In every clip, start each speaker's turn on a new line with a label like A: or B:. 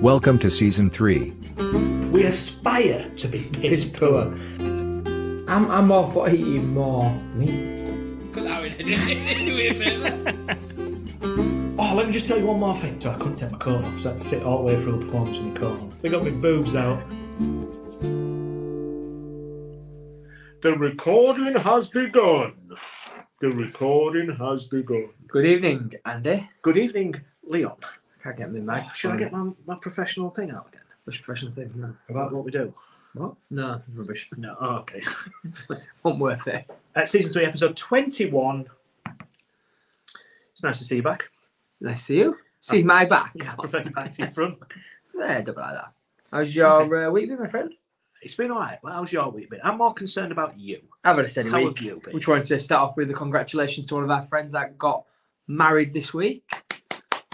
A: Welcome to season 3.
B: We aspire to be piss poor.
C: I'm, I'm all for eating more meat.
D: Cut that one anyway, fella.
B: Oh, let me just tell you one more thing. So I couldn't take my coat off, so I had to sit all the way through the forms in the coat on. They got my boobs out.
E: The recording has begun. The recording has begun.
C: Good evening, Andy.
B: Good evening, Leon.
C: Can't get me mic.
B: Should I get my, my professional thing out again?
C: Which professional thing? No.
B: About what we do?
C: What? No, rubbish.
B: No, oh, okay.
C: Not worth it.
B: Uh, season 3, episode 21. It's nice to see you back.
C: Nice to see you. See my back.
B: Oh. Yeah, perfect back to your front.
C: There, double like that. How's your uh, week been, my friend?
B: It's been alright. Well, how's your week been? I'm more concerned about you.
C: I've had a steady
B: How
C: week.
B: have you been?
C: Which wanted to start off with the congratulations to one of our friends that got married this week.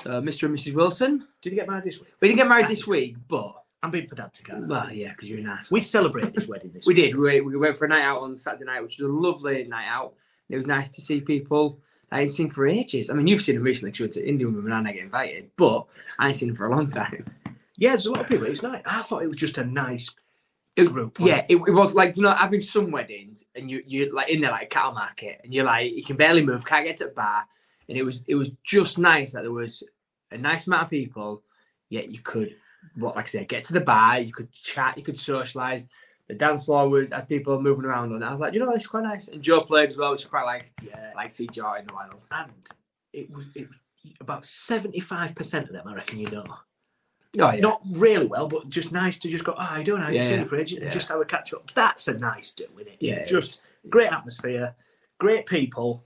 C: So, Mr. and Mrs. Wilson.
B: Did you get married this week?
C: We didn't get married this week, but
B: I'm being pedantic. aren't I?
C: well, yeah, because you're an ass.
B: We celebrated his wedding this
C: We
B: week.
C: did. We, we went for a night out on Saturday night, which was a lovely night out. It was nice to see people I ain't seen for ages. I mean, you've seen them recently because we went to Indian women and I get invited, but I ain't seen them for a long time.
B: Yeah, there's a lot of people. It was nice. I thought it was just a nice
C: It-
B: group.
C: Yeah, it, it was like you know having some weddings and you you're like in there like a cattle market and you're like you can barely move, can't get to the bar, and it was it was just nice that there was a nice amount of people, yet you could what like I said get to the bar, you could chat, you could socialise. The dance floor was had people moving around on. it. I was like, you know, this is quite nice. And Joe played as well, which I quite like.
B: Yeah.
C: Like see Joe in the wild.
B: and it was it, about seventy five percent of them, I reckon you know,
C: Oh yeah,
B: not really well, but just nice to just go. Oh, I don't know,
C: Yeah,
B: it's in
C: yeah,
B: the fridge, and
C: yeah.
B: just have a catch up. That's a nice do, isn't it?
C: Yeah, it
B: just great atmosphere, great people.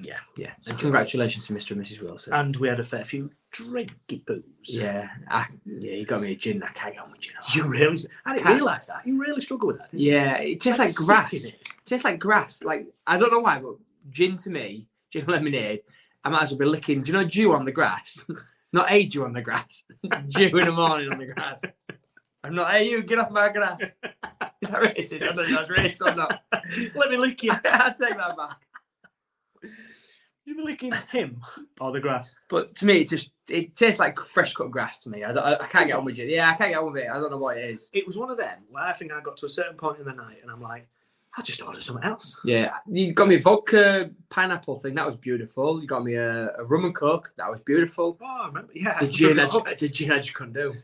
B: Yeah,
C: yeah. So congratulations to Mr. and Mrs. Wilson.
B: and we had a fair few drinky booze.
C: yeah, I, yeah, you got me a gin. I can't get on with gin.
B: you really. I didn't
C: Cat-
B: realise that you really struggle with that. didn't you?
C: Yeah, it tastes like
B: sipping
C: grass.
B: it.
C: tastes like grass. Like I don't know why, but gin to me, gin and lemonade, I might as well be licking. Do you know dew on the grass? not a dew on the grass. dew in the morning on the grass. I'm not. Hey, you get off my grass. Is that racist? I don't know. if That's racist or not.
B: Let me lick you.
C: I take that back.
B: You be licking him or the grass.
C: But to me, it just it tastes like fresh cut grass to me. I, don't, I, I can't get on with it. Yeah, I can't get on with it. I don't know what it is.
B: It was one of them where I think I got to a certain point in the night, and I'm like, I'll just order something else.
C: Yeah, you got me a vodka pineapple thing. That was beautiful. You got me a, a rum and coke. That was beautiful.
B: Oh, I remember. Yeah.
C: The
B: I
C: gin, I,
B: remember
C: ju-
B: all
C: the
B: this.
C: gin, I just couldn't do.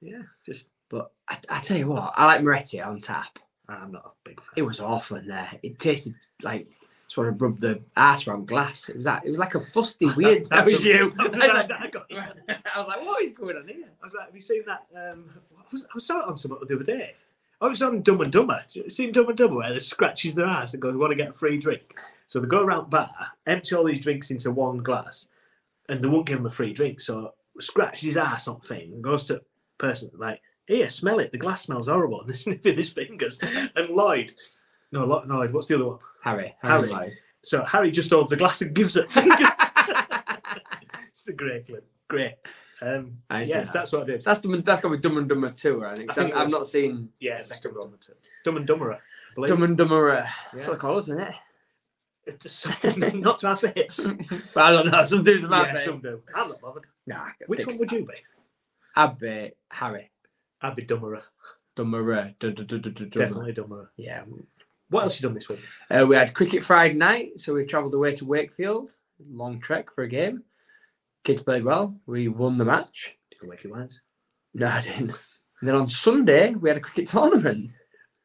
B: Yeah, just
C: But I, I tell you what, I like Moretti on tap.
B: I'm not a big fan.
C: It was awful in there. It tasted like sort of rubbed the ass around glass. It was that. It was like a fusty weird.
B: That-
C: that was
B: a-
C: you. I
B: That's
C: was,
B: what I,
C: like,
B: I got. I
C: I was like, what is going on here?
B: was like, have you seen that? Um, what was, I saw it on something the other day. Oh, it was on Dumb and Dumber. Do you seen Dumb and Dumber where they scratches their ass and goes, "Want to get a free drink?" So they go around bar, empty all these drinks into one glass, and they won't give him a free drink. So scratches his ass on thing and goes to person like, "Here, smell it. The glass smells horrible." And they're sniffing his fingers. And Lloyd, no, Lloyd, Lloyd, what's the other one?
C: Harry,
B: Harry. So Harry just holds a glass and gives it fingers. it's a great clip. Great. Um,
C: I see
B: yes,
C: that.
B: that's what I did.
C: That's dumb, and- that's got me Dumb and Dumber too, I think.
B: I
C: 'cause
B: think
C: I've,
B: it
C: I've
B: was-
C: not seen
B: Yeah, second one. Dumb and Dumberer. I believe.
C: Dumb and Dumber. Uh,
B: Yeah.
C: That's what it calls, isn't it?
B: It's just something not to our face.
C: But I don't know. Some dudes about
B: yeah, some do. I'm not bothered.
C: Nah, I can
B: Which
C: fix
B: one would
C: that.
B: you be?
C: I'd be Harry
B: I'd be Dumberer.
C: Dumber. uh, Definitely.
B: Definitely Dumberer.
C: Yeah,
B: What else you done this week?
C: Uh, we had cricket Friday night, so we travelled away to Wakefield, long trek for a game. Kids played well. We won the match.
B: Did you wake your lines?
C: No, I didn't. And then on Sunday we had a cricket tournament.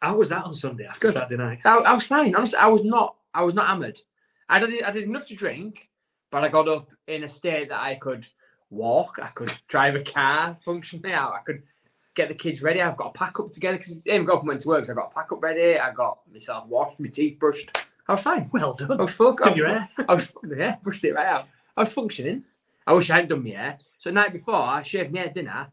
B: How was that on Sunday after
C: Good.
B: Saturday night?
C: I, I was fine. Honestly, I was not. I was not hammered. I did. I did enough to drink, but I got up in a state that I could walk. I could drive a car, functionally out. I could get the kids ready. I've got a pack up together because Amy got up and went to work. So I got a pack up ready. I got myself washed, my teeth brushed. I was fine.
B: Well
C: I
B: done.
C: was full. I
B: Done
C: was
B: your hair?
C: I was yeah, pushed it right out. I was functioning. I wish I hadn't done my hair. So the night before, I shaved my hair at dinner.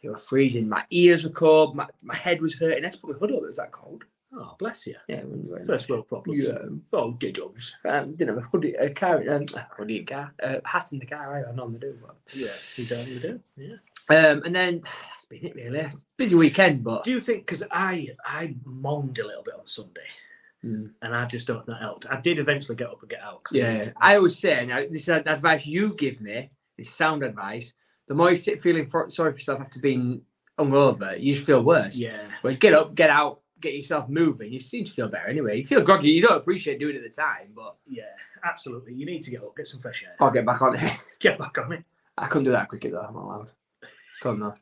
C: It was freezing. My ears were cold. My, my head was hurting. I had to put my hood up. It was that cold.
B: Oh, bless you.
C: Yeah, it wasn't very
B: First world problems.
C: Yeah.
B: Oh, diddles.
C: Um, didn't have a hoodie, a car, um, a hoodie, in car, uh, hat in the car. Either. I normally do. But.
B: Yeah, you don't, you do. Yeah.
C: Um, and then that's been it really. Busy weekend, but
B: Do you think? Because I I moaned a little bit on Sunday,
C: Mm.
B: and I just don't think that helped. I did eventually get up and get out. 'cause I
C: yeah,
B: needed-
C: I always say now this is advice you give me. This sound advice. the more you sit feeling for, sorry for yourself after being hungover, you just feel worse.
B: Yeah.
C: Whereas get up, get out, get yourself moving. You seem to feel better anyway. You feel groggy. You don't appreciate doing it at the time, but
B: Yeah. Absolutely. You need to get up, get some fresh air.
C: I'll get back on it.
B: Get back on it.
C: I couldn't do that at cricket though. I'm not allowed. Don't know.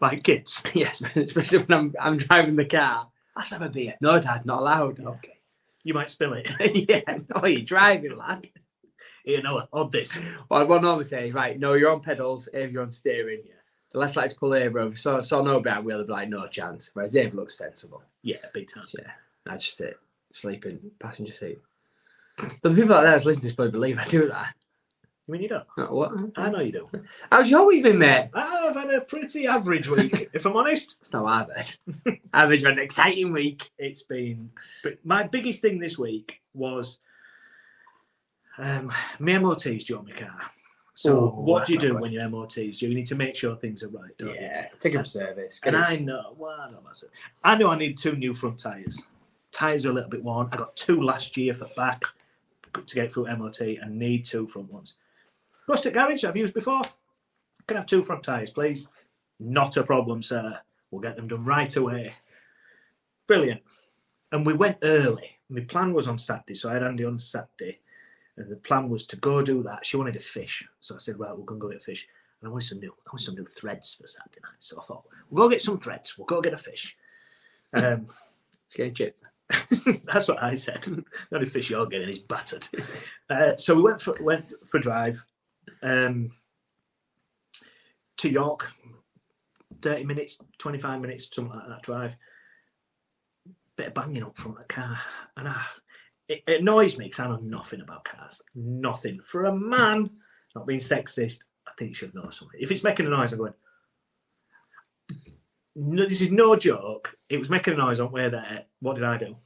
B: Like kids.
C: Yes, especially when I'm, I'm driving the car. Let's have a beer. No, Dad, not allowed. Okay.
B: You might spill it.
C: yeah, no, you're driving, lad.
B: You know, odd this.
C: Well, what I normally say is, right, no, you're on pedals, Ava, you're on steering. Yeah. The less likes to pull Ava over. So, so no behind wheel, they'll be like, no chance. Whereas Ava looks sensible.
B: Yeah, big time.
C: So, yeah, I just sit, sleeping, passenger seat. the people out there that's listening to this probably believe I do that.
B: I mean, you don't.
C: Oh, what?
B: I know you don't.
C: How's your week been, mate?
B: I've had a pretty average week, if I'm honest.
C: It's not average. average, but an exciting week.
B: It's been. But my biggest thing this week was um, my MOTs during my car. So,
C: Oh,
B: what do you
C: that's
B: do
C: not
B: when your MOTs? You need to make sure things are right, don't you?
C: take a service.
B: And I know, well, I, don't matter. I know I need two new front tyres. Tyres are a little bit worn. I got two last year for back to get through MOT and need two front ones. Rustic Garage, I've used before. Can I have two front tyres, please? Not a problem, sir. We'll get them done right away. Brilliant. And we went early. My plan was on Saturday, so I had Andy on Saturday. And the plan was to go do that. She wanted a fish. So I said, right, we're going to go get a fish. And I wanted some new, I wanted some new threads for Saturday night. So I thought, we'll go get some threads. We'll go get a fish. Um,
C: It's getting chipped.
B: that's what I said. The only fish you're getting is battered. Uh, so we went for went for a drive um, to York. Thirty minutes, twenty five minutes, something like that. Drive. Bit of banging up front of the car, and I, it, it annoys me because I know nothing about cars. Nothing for a man. Not being sexist, I think you should know something. If it's making a noise, I'm going. No, this is no joke. It was making a noise on way there. What did I do?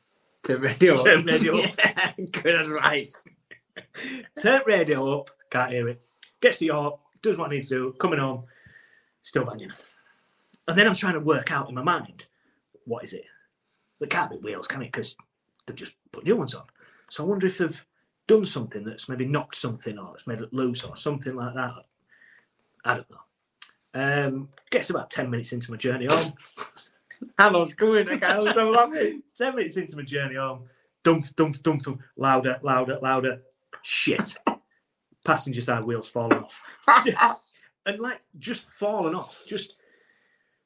C: Turn radio up.
B: Turn radio up.
C: Yeah, good advice.
B: Turn radio up, can't hear it. Gets to York, does what I need to do, coming home, still banging. And then I'm trying to work out in my mind, what is it? There can't be wheels, can it? Because they've just put new ones on. So I wonder if they've done something that's maybe knocked something or it's made it loose or something like that. I don't know. Um, gets about 10 minutes into my journey home.
C: I was coming. I was so laughing.
B: 10 minutes into my journey home, dump, dump, dump, dump, louder, louder, louder. Shit. Passenger side wheels falling off. and like just fallen off. Just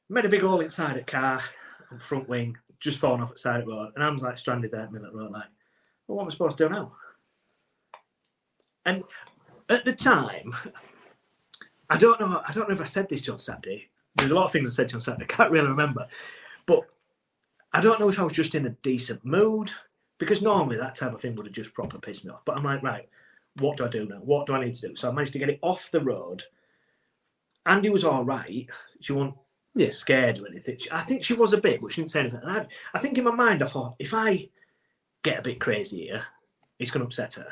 B: made a big hole inside a car and front wing, just fallen off at side of the road. And I was like stranded there at middle of the road, like, well, what am I supposed to do now? And at the time, I don't know. I don't know if I said this to you on Saturday. There's a lot of things I said to you on Saturday. I can't really remember, but I don't know if I was just in a decent mood because normally that type of thing would have just proper pissed me off. But I'm like, right, what do I do now? What do I need to do? So I managed to get it off the road. Andy was all right. She wasn't
C: Yeah.
B: scared or anything. She- I think she was a bit, but she didn't say anything. And I, I think in my mind, I thought, if I get a bit crazy here, it's going to upset her.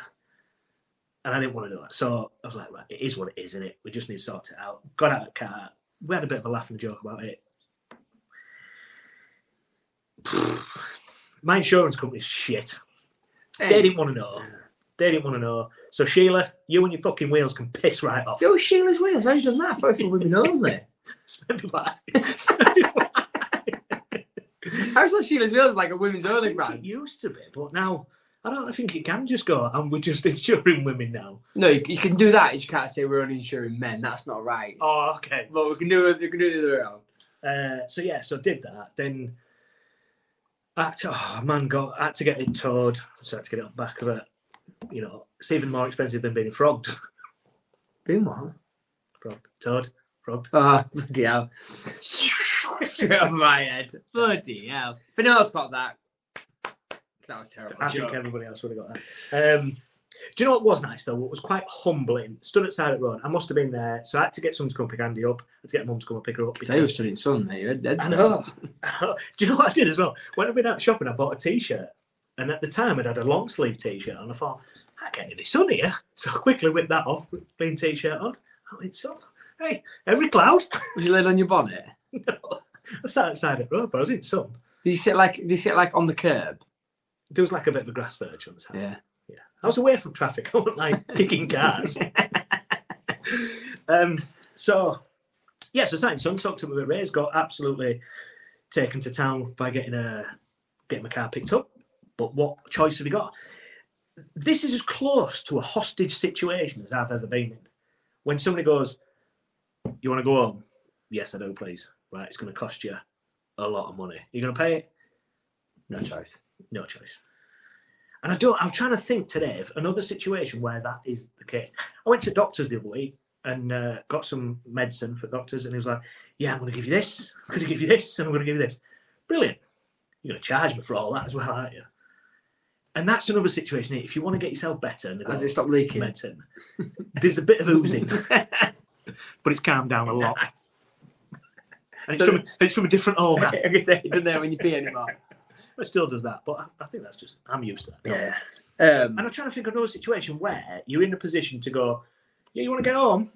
B: And I didn't want to do that. So I was like, right, it is what it is, isn't it? We just need to sort it out. Got out of the car. We had a bit of a laugh and a joke about it. My insurance company's shit. They didn't want to know. They didn't want to know. So Sheila, you and your fucking wheels can piss right off.
C: Yo, Sheila's wheels. How you done that? I thought it was women only.
B: Spend your life.
C: I saw Sheila's wheels like a women's only
B: I think it
C: brand.
B: used to be, but now I don't think it can just go. And we're just insuring women now.
C: No, you, you can do that. You just can't say we're only insuring men. That's not right.
B: Oh, okay.
C: But we can do it. We can do it the other way around.
B: Uh, so yeah, so did that. Then I had to, oh man, got I had to get it towed. So I had to get it on the back of it. You know, it's even more expensive than being frogged.
C: Been what?
B: frogged, towed, frogged.
C: Ah, bloody hell. Straight over my head. Bloody hell. If anyone else got that, that was terrible.
B: I
C: joke.
B: think everybody else would have got that. Um, do you know what was nice though? What was quite humbling. Stood at Silent Road. I must have been there. So I had to get someone to come pick Andy up. I had to get mum to come and pick her up.
C: Tell you was studying sun, mate. You're dead.
B: I know. Do you know what I did as well? When I went out shopping, I bought a t-shirt, and at the time, I'd had a long sleeve t-shirt, and I thought, I get any sun here, so I quickly whipped that off, clean t-shirt on. I went sun. Hey, every cloud.
C: Was you laid on your bonnet?
B: I sat outside at road, but I was in sun.
C: Did you sit like? Did you sit like on the curb?
B: There was like a bit of a grass verge on the side.
C: Yeah.
B: I was away from traffic. I wasn't like kicking cars. Um, so, yeah, so Saint Sun talked to me about Ray's got absolutely taken to town by getting a getting my car picked up. But what choice have we got? This is as close to a hostage situation as I've ever been in. When somebody goes, "You want to go home?" Yes, I do, please. Right, it's going to cost you a lot of money. You're going to pay it?
C: No choice.
B: No choice. And I don't. I'm trying to think today of another situation where that is the case. I went to doctors the other week and uh, got some medicine for doctors, and he was like, "Yeah, I'm going to give you this. I'm going to give you this, and I'm going to give you this. Brilliant. You're going to charge me for all that as well, aren't you?" And that's another situation. If you want to get yourself better, and they've
C: Has
B: got
C: it stopped leaking?
B: medicine, there's a bit of oozing, but it's calmed down a lot,
C: Nice.
B: and it's from, and it's from a different
C: I
B: owner.
C: can say it doesn't know when you pee anymore.
B: It still does that, but I, I think that's just I'm used to that.
C: Yeah. Um,
B: And I'm trying to think of another situation where you're in a position to go, yeah, you want to get home?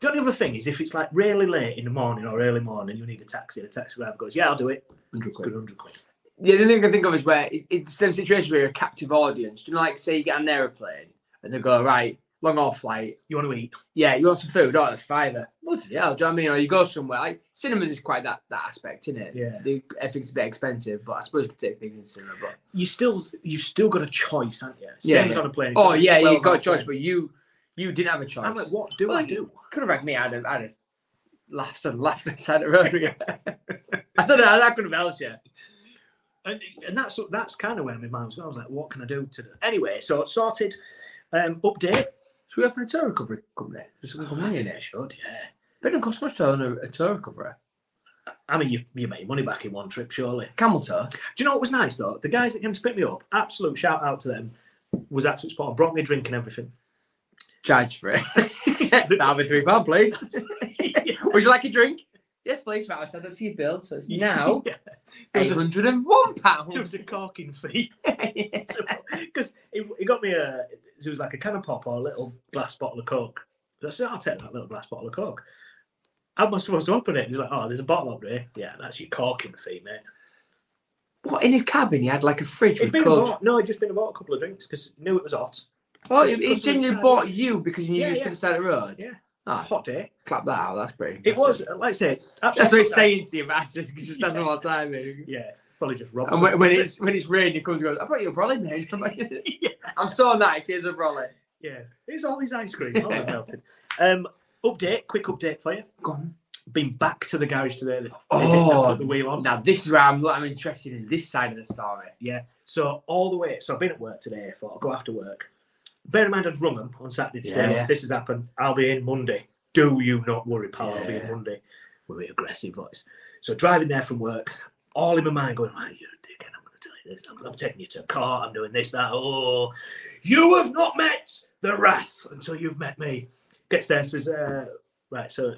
B: The only other thing is if it's like really late in the morning or early morning, you need a taxi, and a taxi driver goes, yeah, I'll do it.
C: 100
B: Good 100 quid.
C: Yeah, the only thing I can think of is where it's, it's the same situation where you're a captive audience. Do you know, like, say you get on an aeroplane and they go, right, long haul flight.
B: You want to eat?
C: Yeah, you want some food? Oh, that's fiver. Bloody hell, do you know what I mean? Or you go somewhere. Like, cinemas is quite that, that aspect, isn't it?
B: Yeah.
C: They, everything's a bit expensive, but I suppose you can take things in cinema. But,
B: You still, you've still got a choice, haven't you? Same
C: Yeah,
B: as
C: yeah.
B: on a plane.
C: oh, yeah,
B: Well,
C: you've got a
B: on
C: choice,
B: plane.
C: but you you didn't have a choice.
B: I'm like, what do
C: Well,
B: I
C: you-
B: do?
C: Could have rang me. I'd have, I'd have laughed and laughed inside the road. again. I don't know. I could have helped you.
B: and, and that's that's kind of where my mind was going. I was like, what can I do today? Anyway, so it's sorted. Um, update.
C: Should we open a tour recovery company? There's some good money in
B: I
C: it.
B: should, yeah.
C: But it doesn't cost much to own a, a tour recovery.
B: I mean, you, you make your money back in one trip, surely.
C: Camel toe.
B: Do you know what was nice though? The guys that came to pick me up, absolute shout out to them, was absolute spot on. Brought me a drink and everything.
C: Charge for it. That'll be three pound, please. Would you like a drink? Yes, please. Right, I said that's your bill, so it's now
B: Yeah. There was
C: eight
B: a-
C: hundred and one
B: There
C: pound.
B: was a corking fee because it, it got me a. It was like a can of pop or a little glass bottle of coke. So I said, "I'll take that little glass bottle of coke." How am I supposed to open it? And he's like, "Oh, there's a bottle up there." Yeah, that's your corking fee, mate.
C: What in his cabin? He had like a fridge
B: It'd
C: with
B: been
C: cold.
B: bought, no, it'd just been about a couple of drinks because knew it was hot.
C: Oh,
B: Just-
C: he- he
B: just
C: genuinely
B: inside.
C: bought you because you
B: Yeah,
C: used
B: yeah.
C: to the side of the road.
B: Yeah.
C: Ah,
B: Hot day.
C: clap that out. That's pretty.
B: It
C: impressive.
B: was, like I said, absolute
C: That's what he's
B: top-
C: saying to you, man. Just, just doesn't want time. man.
B: Yeah, probably just robbed.
C: And when, when
B: something.
C: it's when it's raining, he comes and goes. I brought you a brolly, mate. I'm so nice. Here's a brolly.
B: Yeah, here's all these ice cream. All that melted. Um, update, quick update for you.
C: Go on.
B: Been back to the garage today. They, they did not put the
C: Oh,
B: wheel on.
C: now this is where I'm. I'm interested in this side of the story.
B: So all the way. So I've been at work today. I thought I'll go after work. Bear in mind, I'd rung them on Saturday to say,
C: Yeah, yeah.
B: "This has happened. I'll be in Monday. Do you not worry, pal? I'll be in
C: Yeah.
B: Monday." With an aggressive voice. So driving there from work, all in my mind going, "Right, you're a dickhead. I'm going to tell you this. I'm, I'm taking you to court. I'm doing this, that. Oh, you have not met the wrath until you've met me." Gets there, says, uh, "Right, so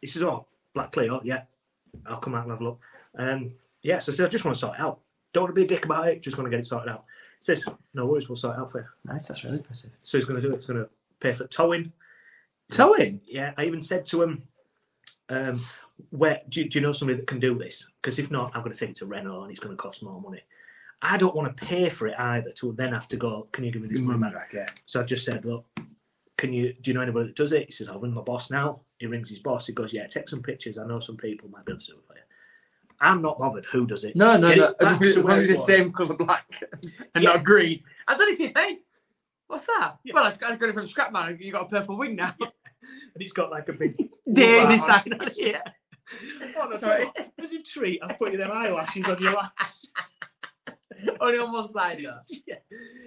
B: this is all Black Cleo. Yeah, I'll come out and have a look." Um, yeah, so I said, "I just want to sort it out. Don't want to be a dick about it. Just want to get it sorted out." He says, "No worries, we'll sort it out for you."
C: Nice. That's really impressive.
B: So he's going to do it. He's going to pay for towing
C: Towing.
B: yeah, I even said to him, um, where do, do you know somebody that can do this? Because if not, I'm going to take it to Renault and it's going to cost more money. I don't want to pay for it either to then have to go, can you give me this money back?
C: yeah.
B: So I just said, look, can you, do you know anybody that does it? He says, I'll ring my boss now. He rings his boss. He goes, yeah, take some pictures. I know some people might be able to do it for you. I'm not bothered who does it.
C: No, no,
B: Get
C: no.
B: it
C: As
B: back
C: long as
B: to
C: as long
B: where
C: as
B: it
C: it's the same colour black and
B: Yeah.
C: not green. I don't even hey, what's that?
B: Yeah.
C: Well, I got I got it from Scrap Man. You got a purple wing now.
B: And he's got like a big,
C: Daisy
B: Right.
C: side on here.
B: oh, no,
C: Sorry.
B: sorry. As a treat, I've put you their eyelashes on your lass.
C: Only on one side though.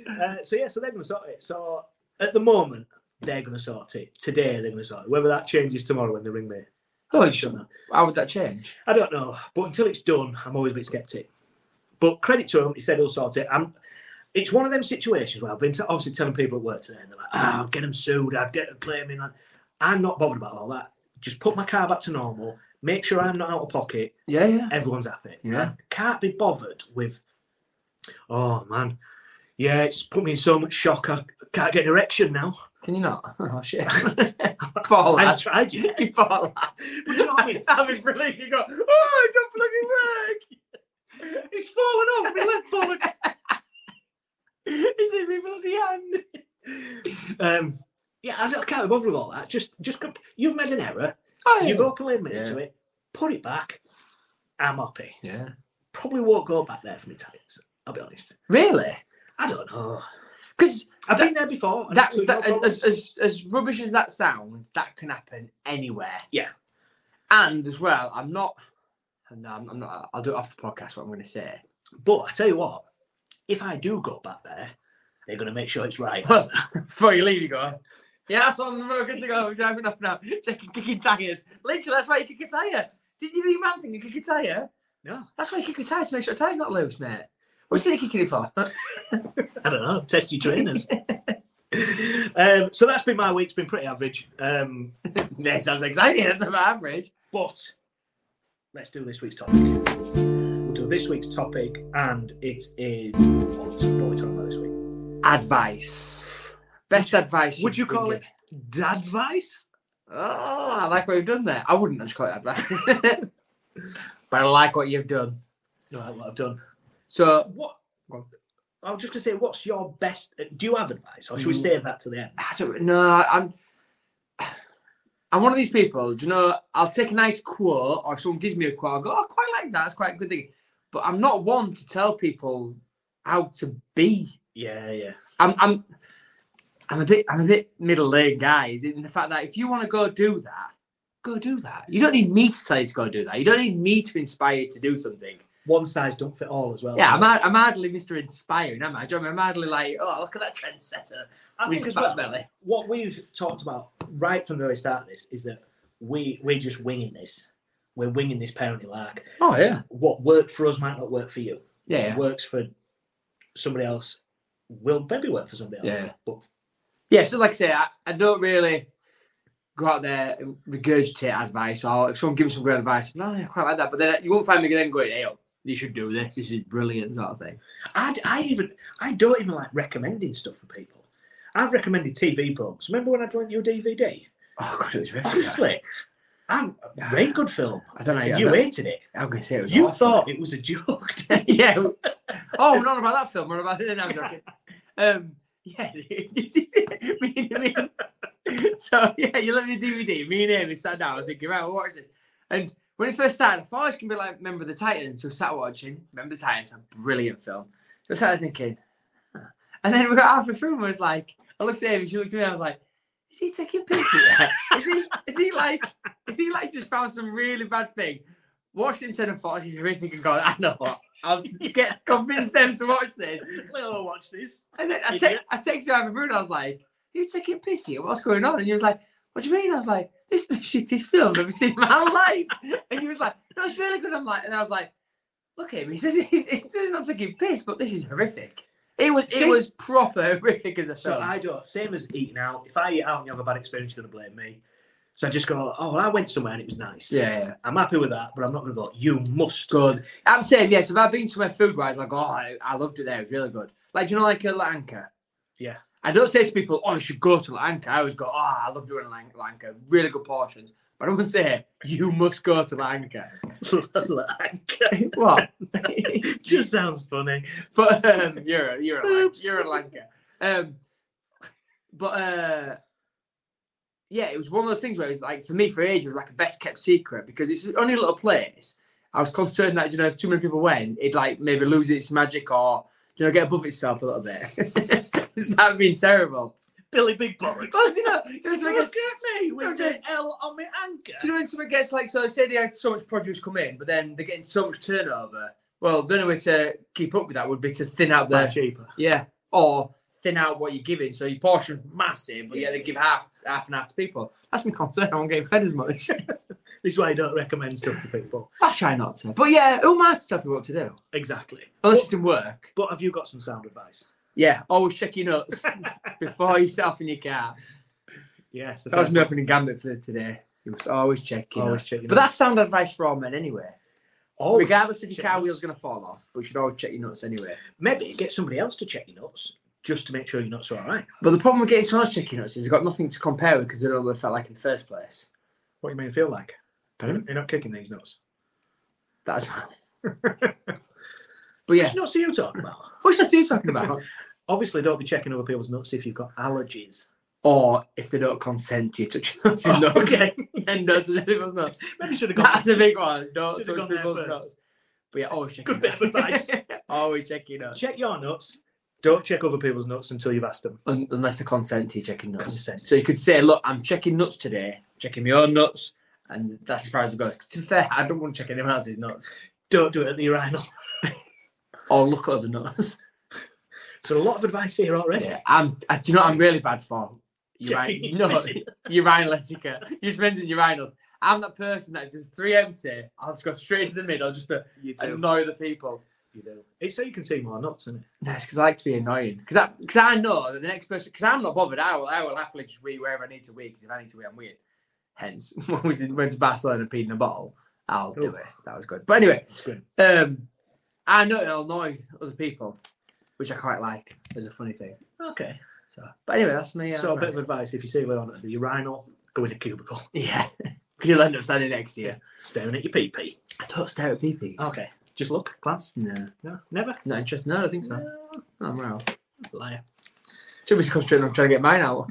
B: Uh, so yeah, so they're going to sort it. So at the moment, they're going to sort it today. They're going to sort it. Whether that changes tomorrow when they ring me,
C: Oh,
B: I don't know.
C: how would that change?
B: I don't know. But until it's done, I'm always a bit sceptic. But credit to him, he said he'll sort it. i it's one of them situations where I've been t- obviously telling people at work today, and they're like, "Ah, I'll get them sued. I'll get them claiming." I- I'm not bothered about all that. Just put my car back to normal. Make sure I'm not out of pocket
C: Yeah, yeah.
B: everyone's happy.
C: Yeah.
B: I can't be bothered with, oh man, yeah, it's put me in so much shock. I can't get an erection now.
C: Can you not? Oh shit. Fall
B: I
C: out.
B: tried you.
C: You fall out.
B: But you know what I mean?
C: That'd be brilliant. You go, oh, it don't bloody work.
B: It's fallen off my left bollock.
C: Oh, Is it me bloody hand?
B: Um, Yeah, I, don't, I can't be bothered with all that. Just, just go- you've made an error.
C: Oh,
B: You've openly admitted
C: Yeah.
B: to it. Put it back. I'm happy.
C: yeah.
B: Probably won't go back there for me times. I'll be honest.
C: Really?
B: I don't know.
C: Because
B: I've
C: That-
B: been there before. and
C: that,
B: absolutely
C: that
B: no
C: as,
B: problems.
C: as, as as rubbish as that sounds, that can happen anywhere.
B: Yeah.
C: And as well, I'm not. No, I'm, I'm not. I'll do it off the podcast. What I'm going to say.
B: But I tell you what, if I do go back there, they're going to make sure it's right.
C: Well, before you leave, you go. Yeah, that's what I'm going to go. I'm driving up now, checking kicking tires. Literally, that's why you kick a tire. Did you really man thing? You kick a tire.
B: No.
C: That's why you kick a tire to make sure the tire's not loose, mate. What do you think you're kicking it for?
B: I don't know. Test your trainers. um, so that's been my week. It's been pretty average. Um,
C: yeah, sounds exciting. At the average.
B: but let's do this week's topic. We'll do this week's topic, and it is what are we talking about this week?
C: Advice. Best advice.
B: Would you
C: you've been
B: call
C: given.
B: it dadvice?
C: Oh, I like what you've done there. I wouldn't just call it advice, but I like what you've done.
B: No, that's what I've done.
C: So
B: What?
C: Go on.
B: I was just going to say, what's your best? Do you have advice, or should we
C: Mm.
B: save that to the end?
C: I don't know. I'm I'm one of these people. Do you know? I'll take a nice quote, or if someone gives me a quote, I'll go. Oh, I quite like that. That's quite a good thing. But I'm not one to tell people how to be.
B: Yeah, yeah.
C: I'm I'm I'm a bit I'm a bit middle lane guy. Is in the fact that if you want to go do that, go do that. You don't need me to tell you to go do that. You don't need me to inspire you to do something.
B: One size don't fit all, as well.
C: Yeah, I'm,
B: I
C: hard, I'm hardly Mr. Inspiring, am I? Do you know what I mean? I'm hardly like, oh, look at that trendsetter.
B: think
C: with
B: as
C: fat
B: well.
C: belly.
B: What we've talked about right from the very start of this is that we we're just winging this. We're winging this parenting like
C: Oh, yeah.
B: what worked for us might not work for you.
C: Yeah.
B: What works for somebody else will maybe work for somebody else.
C: Yeah.
B: But
C: Yeah, so like I say, I, I don't really go out there and regurgitate advice or if someone gives me some great advice, I'm like, oh, yeah, I quite like that. But then you won't find me then going, hey, oh, you should do this. This is brilliant, sort of thing.
B: I, I even I don't even like recommending stuff for people. I've recommended TV programs. Remember when I joined your DVD?
C: Oh, God, it was ridiculous.
B: Honestly, I'm very good film.
C: I don't know.
B: And
C: I
B: you
C: don't-
B: hated it.
C: I'm going to say it was
B: You
C: awful.
B: thought it was a joke.
C: yeah. Oh, not about that film. Not about it. No, I'm joking. Um, yeah. me and me. So yeah, you let me the DVD. Me and Amy sat down and thinking, right, we'll watch this. And when it first started, I thought it was gonna be like Remember the Titans. So I sat watching Remember the Titans, a brilliant film. So I started thinking, huh. and then we got halfway through and was like, I looked at Amy, she looked at me, I was like, is he taking piss here? is he? Is he like? Is he like just found some really bad thing? Watched him turn and thought he's horrific and gone. I know what. I'll get convince them to watch this.
B: We'll watch this.
C: And then I, te-
B: Idiot.
C: I texted you over and I was like, you taking piss here? What's going on? And he was like, what do you mean? I was like, this is the shittiest film I've ever seen in my life. And he was like, no, it's really good. I'm like, and I was like, look at him. He says, he's, he says not taking piss, but this is horrific. It was it
B: See?
C: was proper horrific as a
B: So
C: film.
B: I don't. Same as eating out. If I eat out and you have a bad experience, you're gonna blame me. So I just go, oh, well, I went somewhere and it was nice.
C: yeah, yeah.
B: I'm happy with that, but I'm not gonna go. You must.
C: Good. I'm saying yes. If I've been somewhere food wise, like oh, I, I loved it there. It was really good. Like do you know, like a Lanka.
B: Yeah.
C: I don't say to people, oh, you should go to Lanka. I always go, oh, I love doing Lan- Lanka. Really good portions. But I wouldn't say you must go to Lanka.
B: like,
C: what?
B: just sounds funny.
C: but um, you're a, you're a Lan-
B: Oops.
C: you're a Lanka. Um, but uh, yeah, it was one of those things where it was like for me for ages it was like a best kept secret because it's only a little place. I was concerned that you know if too many people went, it'd like maybe lose its magic or you know get above itself a little bit. That'd been terrible.
B: Billy Big Bollocks.
C: But you know, just
B: Look
C: because-
B: at me with
C: just-
B: the L on my anchor.
C: do you know when someone gets like so say they had so much produce come in, but then they're getting so much turnover. Well, the only way to keep up with that would be to thin out
B: They're
C: their
B: cheaper.
C: Yeah. Or thin out what you're giving. So your portion's massive, but yeah, they give half half and half to people. That's my concern. I won't get fed as much.
B: This is why I don't recommend stuff to people.
C: I try not to. But yeah, who am I to tell people what to do?
B: Exactly.
C: Unless
B: But-
C: it's in work.
B: But have you got some sound advice?
C: Yeah, always check your nuts before you set off in your car.
B: Yes.
C: That was me opening gambit for today. You must always check your
B: Always
C: nuts.
B: check your
C: But that's sound advice for all men anyway.
B: Always
C: Regardless if your
B: check
C: car
B: nuts.
C: wheel's going to fall off, but you should always check your nuts anyway.
B: Maybe get somebody else to check your nuts just to make sure your nuts are all right.
C: But the problem with getting someone else checking nuts is they've got nothing to compare with because they don't know what they felt like in the first place.
B: What do you mean feel like?
C: Pardon?
B: You're not kicking these nuts.
C: That's But yeah,
B: Which nuts are you talking about?
C: What's that you talking about?
B: Obviously, don't be checking other people's nuts if you've got allergies.
C: or if they don't consent to you touching else's nose,
B: Oh, Okay.
C: then don't touch anyone's nose.
B: Maybe should have gone.
C: That's a big one. Don't
B: Should've
C: touch
B: gone there
C: people's
B: first.
C: nose. But yeah, always check.
B: Good
C: your
B: bit of
C: nose.
B: advice.
C: always check your nose.
B: check your nuts. Don't check other people's nuts until you've asked them.
C: Un- unless they consent to you checking nuts.
B: Consent.
C: So you could say, look, I'm checking nuts today, checking my own nuts, and that's as far as it goes. 'Cause to be fair, I don't want to check anyone else's nuts
B: Don't do it at the urinal.
C: or look at other nuts.
B: So a lot of advice here already.
C: Yeah, I'm. I, do you know what I'm really bad for?
B: Checking
C: Urin- no, urinal etiquette. You just mentioned urinals. I'm that person that if there's three empty, I'll just go straight to the middle just to
B: You do.
C: annoy the people.
B: You do. It's so you can see more nuts, isn't it?
C: No, it's because I like to be annoying. Because I, cause I know that the next person, because I'm not bothered, I will, I will happily just wee wherever I need to wee, because if I need to wee, I'm weird. Hence, when we did- went to Barcelona and peed in a bottle, I'll do
B: Oh.
C: it. That was good. But anyway,
B: It's good.
C: um, I know it'll annoy other people, which I quite like as a funny thing.
B: Okay.
C: So, But anyway, that's me. uh,
B: so a bit of advice: if you see Leon at the urinal, go in a cubicle,
C: Yeah, because you'll end up standing next to you. Oh.
B: staring at your pee pee.
C: I don't stare at people.
B: Okay. Just look, glance.
C: No,
B: No, never.
C: not interested. No, I don't think so.
B: No.
C: No, I'm well.
B: Liar.
C: Too busy concentrating on trying to get mine out.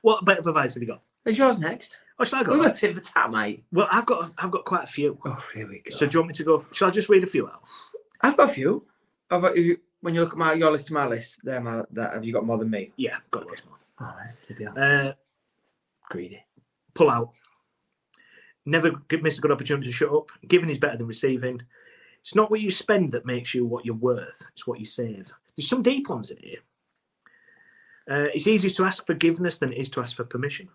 B: What bit of advice have you got?
C: Is yours next?
B: Oh, shall I
C: We've
B: go?
C: got tit for tat, mate.
B: Well, I've got I've got quite a few.
C: Oh, here we go.
B: So do you want me to go? Shall I just read a few out?
C: I've got a few. I've got, you- when you look at my your list to my list, there, my, that have you got more than me?
B: Yeah, I've got loads more.
C: All right, maybe I'm
B: Uh,
C: greedy.
B: pull out. Never g- miss a good opportunity to shut up. Giving is better than receiving. It's not what you spend that makes you what you're worth, it's what you save. There's some deep ones in here. Uh, it's easier to ask forgiveness than it is to ask for permission.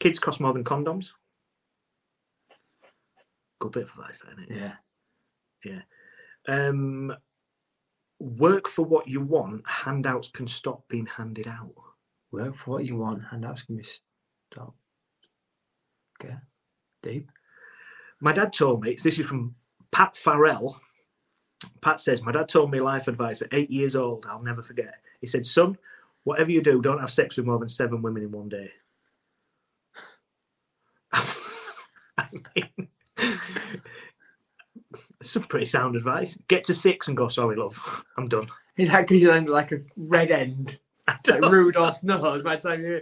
B: Kids cost more than condoms. Good bit of advice, there, isn't it?
C: Yeah.
B: Um, work for what you want. Handouts can stop being handed out.
C: Work for what you want, and that's gonna be stop. Okay. Deep.
B: My dad told me, this is from Pat Farrell. Pat says, My dad told me life advice at eight years old. I'll never forget. He said, Son, whatever you do, don't have sex with more than seven women in one day. I mean, some pretty sound advice. Get to six and go, Sorry, love, I'm done.
C: Is that because you end like a red end,
B: I
C: like
B: don't-
C: Rudolph's nose by the time you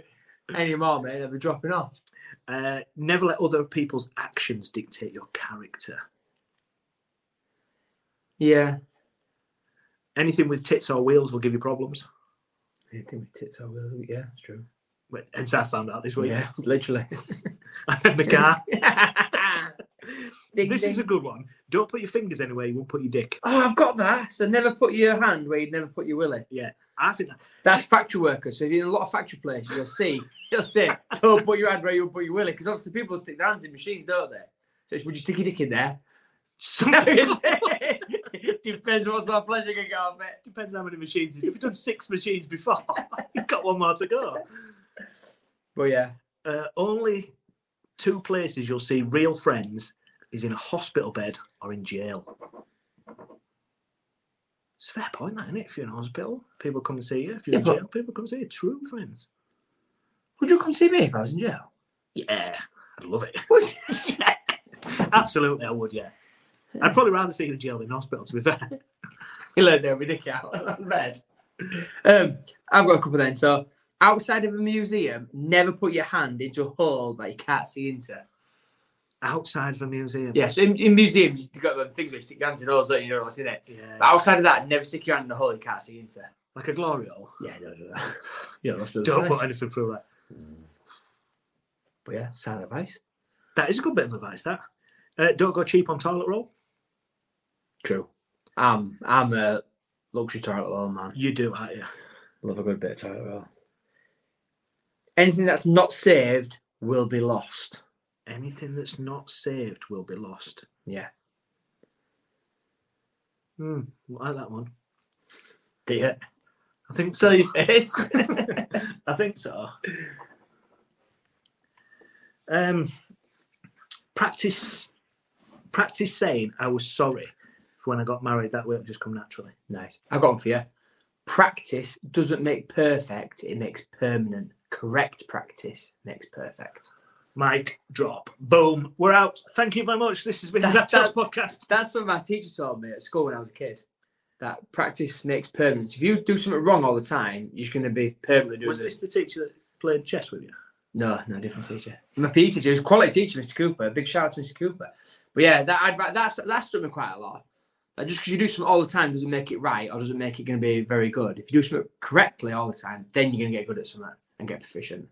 C: anymore, mate? They'll be dropping off.
B: Uh, never let other people's actions dictate your character.
C: Yeah.
B: Anything with tits or wheels will give you problems.
C: I think my tits are will. Yeah, it's true.
B: But- And so I found out this week.
C: yeah, literally.
B: And then the car.
C: Ding,
B: this is a
C: ding.
B: good one. Don't put your fingers anywhere you won't put your dick.
C: Oh, I've got that. So never put your hand where you'd never put your willy.
B: I think that,
C: That's factory workers. So if you're in a lot of factory places, you'll see, you'll see, don't put your hand where you'll put your willy, because obviously people stick their hands in machines, don't they? So it's, would you stick your dick in there?
B: some,
C: it depends what sort of pleasure you can get off it.
B: depends how many machines. If you've done six machines before, you've got one more to go.
C: But yeah,
B: Uh, only two places you'll see real friends is in a hospital bed or in jail. It's a fair point, that, isn't it? If you're in hospital, people come and see you. If you're
C: Yeah,
B: in
C: but-
B: jail, people come see you. True friends.
C: would you come see me if I was in jail?
B: Yeah, I'd love it.
C: Would you?
B: Absolutely, I would, yeah. I'd probably rather see you in jail than in hospital, to be fair.
C: You learned to have your dick out on bed. Um, I've got a couple then. So outside of a museum, never put your hand into a hole that you can't see into.
B: Outside of a museum.
C: Yeah, so in, in museums, you've got the things where you stick your hands in holes, don't you? You know what's in it.
B: Yeah.
C: But outside of that, never stick your hand in the hole you can't see into.
B: Like a glory hole.
C: Yeah, don't do that. yeah, that's really
B: Don't
C: nice.
B: put anything through that.
C: But yeah, sound advice.
B: That is a good bit of advice, that. Uh, don't go cheap on toilet roll.
C: True. Um, I'm a luxury toilet roll man.
B: You do, aren't you?
C: Love a good bit of toilet roll. Anything that's not saved will be lost.
B: Anything that's not saved will be lost.
C: Yeah.
B: Hmm, like that one.
C: Do you?
B: I think
C: So
B: so.
C: your face.
B: I think so. Um, practice, practice saying I was sorry for when I got married. That way it'll just come naturally.
C: nice. I've got one for you. Practice doesn't make perfect; it makes permanent. Correct practice makes perfect.
B: Mic drop. Boom. We're out. Thank you very much. This has been the
C: That's-
B: Daft House Podcast.
C: That's what my teacher told me at school when I was a kid. that practice makes permanence. If you do something wrong all the time, you're going to be permanently doing
B: Was
C: this.
B: this the teacher that played chess with you?
C: No, no, different teacher. My PE teacher, he was a quality teacher, Mr. Cooper. Big shout out to Mr. Cooper. But yeah, that advi- that's that's struck me quite a lot. Like just because you do something all the time doesn't make it right, or doesn't make it going to be very good. If you do something correctly all the time, then you're going to get good at something and get proficient.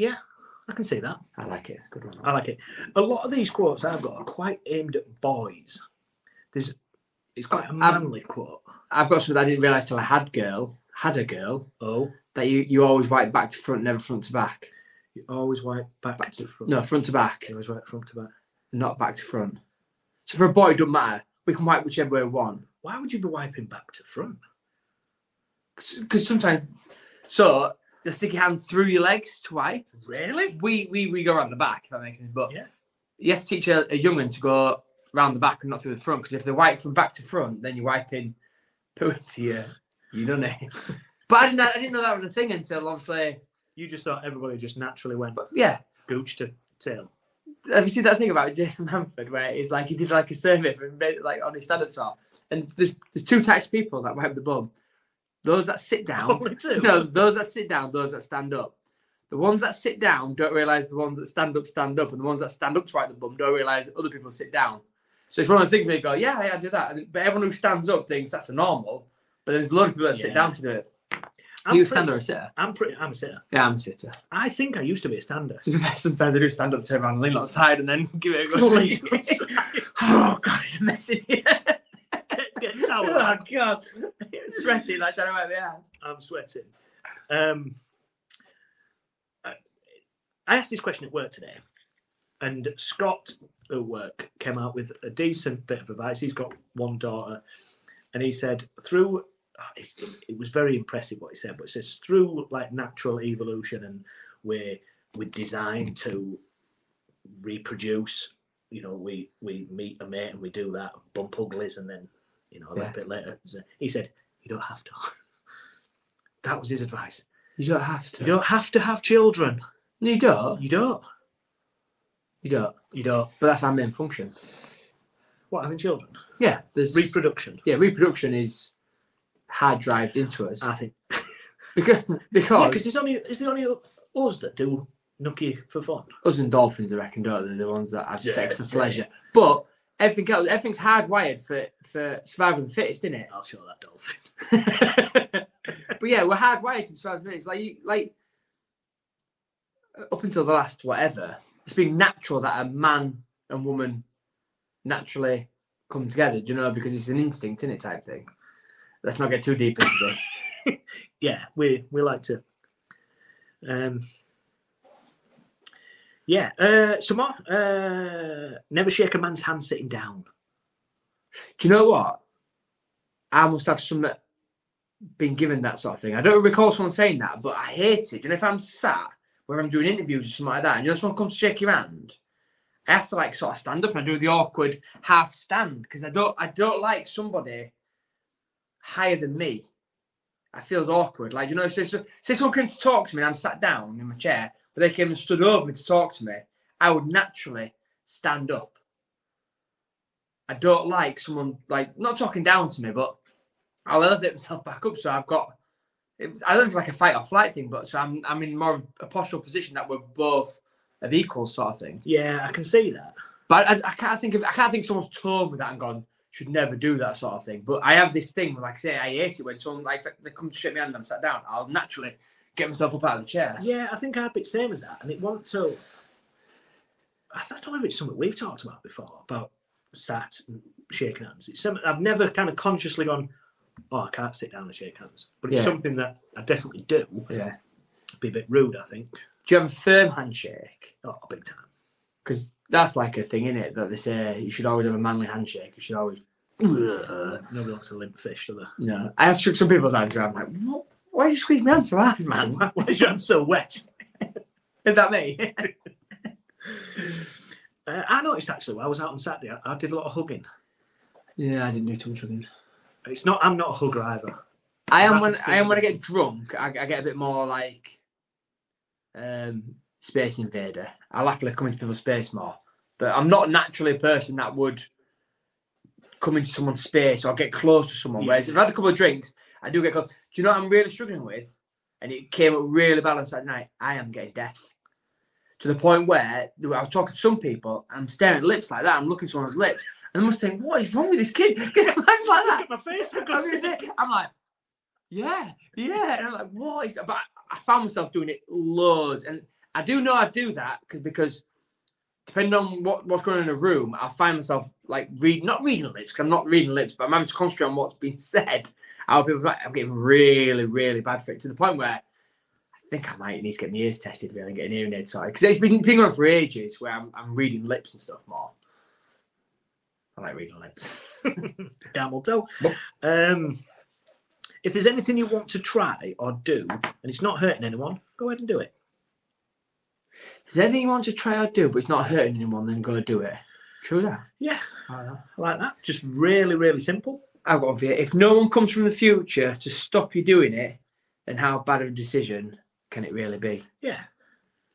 B: I can see that.
C: I like it. It's a good one.
B: I like it. A lot of these quotes I've got are quite aimed at boys. There's, it's quite a
C: I've-
B: manly quote.
C: I've got something I didn't realize till I had girl had a girl
B: Oh,
C: that you you always wipe back to front, never front to back.
B: you always wipe back, to front.
C: No, front to back,
B: you always wipe front to back.
C: not back to front. So for a boy, it doesn't matter. We can wipe whichever way we want.
B: Why would you be wiping back to front?
C: because sometimes so they stick your hand through your legs to wipe.
B: Really?
C: We we we go around the back if that makes sense. But
B: Yeah.
C: yes, teach a, a young'un to go round the back and not through the front because if they wipe from back to front, then you're wiping poo into your you don't know. but I didn't know, I didn't know that was a thing until obviously.
B: You just thought everybody just naturally went
C: But yeah,
B: gooch to tail.
C: have you seen that thing about Jason Manford where it's like he did like a survey for like on his stand-up talk, and there's there's two types of people that wipe the bum. Those that sit down
B: Only two.
C: No, those that sit down, those that stand up. The ones that sit down don't realise the ones that stand up stand up, and the ones that stand up to wipe the bum don't realise that other people sit down. So it's one of those things where you go, yeah, yeah, I do that. And, but everyone who stands up thinks that's a normal, but there's a lot of people that sit
B: Yeah.
C: down to do it.
B: I'm
C: Are you
B: pretty-
C: a stander or a sitter?
B: I'm pretty. I'm a sitter.
C: Yeah, I'm a sitter.
B: I think I used to be a stander.
C: To be fair, sometimes I do stand up, turn around, and lean outside, and then give it a go.
B: Lean
C: oh, God, it's messy.
B: Get a towel
C: oh,
B: out.
C: God. It's sweaty, like trying to wipe my ass.
B: I'm sweating. Um, I I asked this question at work today, and Scott at work came out with a decent bit of advice. He's got one daughter, and he said through. ah, it's- It it was very impressive what he said, but it says through like natural evolution, and we're we're designed to reproduce. You know, we we meet a mate and we do that, bump uglies, and then you know a little
C: Yeah.
B: bit later. He said, "You don't have to." That was his advice.
C: You don't have
B: You
C: to.
B: don't have to have children.
C: No, you don't.
B: You don't.
C: You don't.
B: You don't.
C: But that's our main function.
B: What having children?
C: Yeah, there's
B: Reproduction.
C: yeah reproduction is hard drived into us
B: I think.
C: because
B: Ah. Yeah,
C: because
B: because there's only is there only us that do nookie for fun.
C: us and dolphins, I reckon, don't they? They're the ones that have
B: Yeah,
C: sex for
B: yeah.
C: pleasure. But everything else, everything's hardwired for for survival of the fittest, isn't it?
B: I'll show that dolphin.
C: but yeah, we're hardwired to survival of the fittest. Like you, like up until the last whatever, it's been natural that a man and woman naturally come together. Do you know? Because it's an instinct, isn't it? Type thing. Let's not get too deep into this.
B: Yeah, we we like to. Um. Yeah. Uh. Some more. Uh. Never shake a man's hand sitting down.
C: Do you know what? I must have some been given that sort of thing. I don't recall someone saying that, but I hate it. And if I'm sat where I'm doing interviews or something like that, and you know someone comes to shake your hand, I have to like sort of stand up and I do the awkward half stand because I don't I don't like somebody higher than me. I feels awkward. Like you know, say, say someone came to talk to me, and I'm sat down in my chair, but they came and stood over me to talk to me. I would naturally stand up. I don't like someone like not talking down to me, but I'll elevate myself back up. So I've got, it, I don't think it's like a fight or flight thing, but so I'm I'm in more of a postural position that we're both of equal sort of thing.
B: Yeah, I can see that.
C: But I, I can't think of I can't think someone's told me that and gone should never do that sort of thing. But I have this thing, where, like I say, I hate it when someone like they come to shake my hand and I'm sat down. I'll naturally get myself up out of the chair.
B: Yeah, I think I'd be the same as that. And it wasn't till I don't know if it's something we've talked about before about sat and shaking hands. It's something I've never kind of consciously gone, oh, I can't sit down and shake hands. But it's
C: Yeah.
B: something that I definitely do.
C: Yeah.
B: Be a bit rude, I think.
C: Do you have a firm handshake?
B: Oh, big time.
C: Because that's like a thing, in it? That they say you should always have a manly handshake. You should always.
B: Uh, Nobody wants a limp fish, do they?
C: No, I have shook some people's hands. where I'm like, what? Why did you squeeze my hand so hard, man?
B: Why, why is your hand so wet?
C: Is that me?
B: Uh, I noticed actually when I was out on Saturday, I, I did a lot of hugging.
C: yeah, I didn't do too much hugging.
B: It's not, I'm not a hugger either.
C: I am
B: Rapid
C: when I am when I
B: fingers.
C: get drunk. I, I get a bit more like, um, space invader. I'll happily come into people's space more, but I'm not naturally a person that would come into someone's space or get close to someone.
B: Yeah.
C: Whereas if I had a couple of drinks, I do get close. Do you know what I'm really struggling with? And it came up really bad on Saturday night. I am getting deaf to the point where I was talking to some people. I'm staring at lips like that. I'm looking at someone's lips. And I must think, what is wrong with this kid? Can you imagine like that.
B: Look at my face for
C: I
B: God's
C: mean, is
B: sake.
C: it- I'm like, yeah, yeah. And I'm like, what is that? But I found myself doing it loads. And I do know I do that cause, because depending on what, what's going on in a room, I find myself like read not reading lips because I'm not reading lips, but I'm having to concentrate on what's being said. I'll be like, I'm getting really, really bad for it to the point where I think I might need to get my ears tested really and get an hearing aid sorted because it's been been going on for ages where I'm, I'm reading lips and stuff more. I like reading lips.
B: Damn, I'll tell.
C: Nope.
B: Um, if there's anything you want to try or do, and it's not hurting anyone, go ahead and do it.
C: Is there anything you want to try or do, but it's not hurting anyone, then go do it? True that.
B: Yeah,
C: I don't know.
B: I like that. Just really, really simple.
C: I've got one for you. If no one comes from the future to stop you doing it, then how bad of a decision can it really be?
B: Yeah,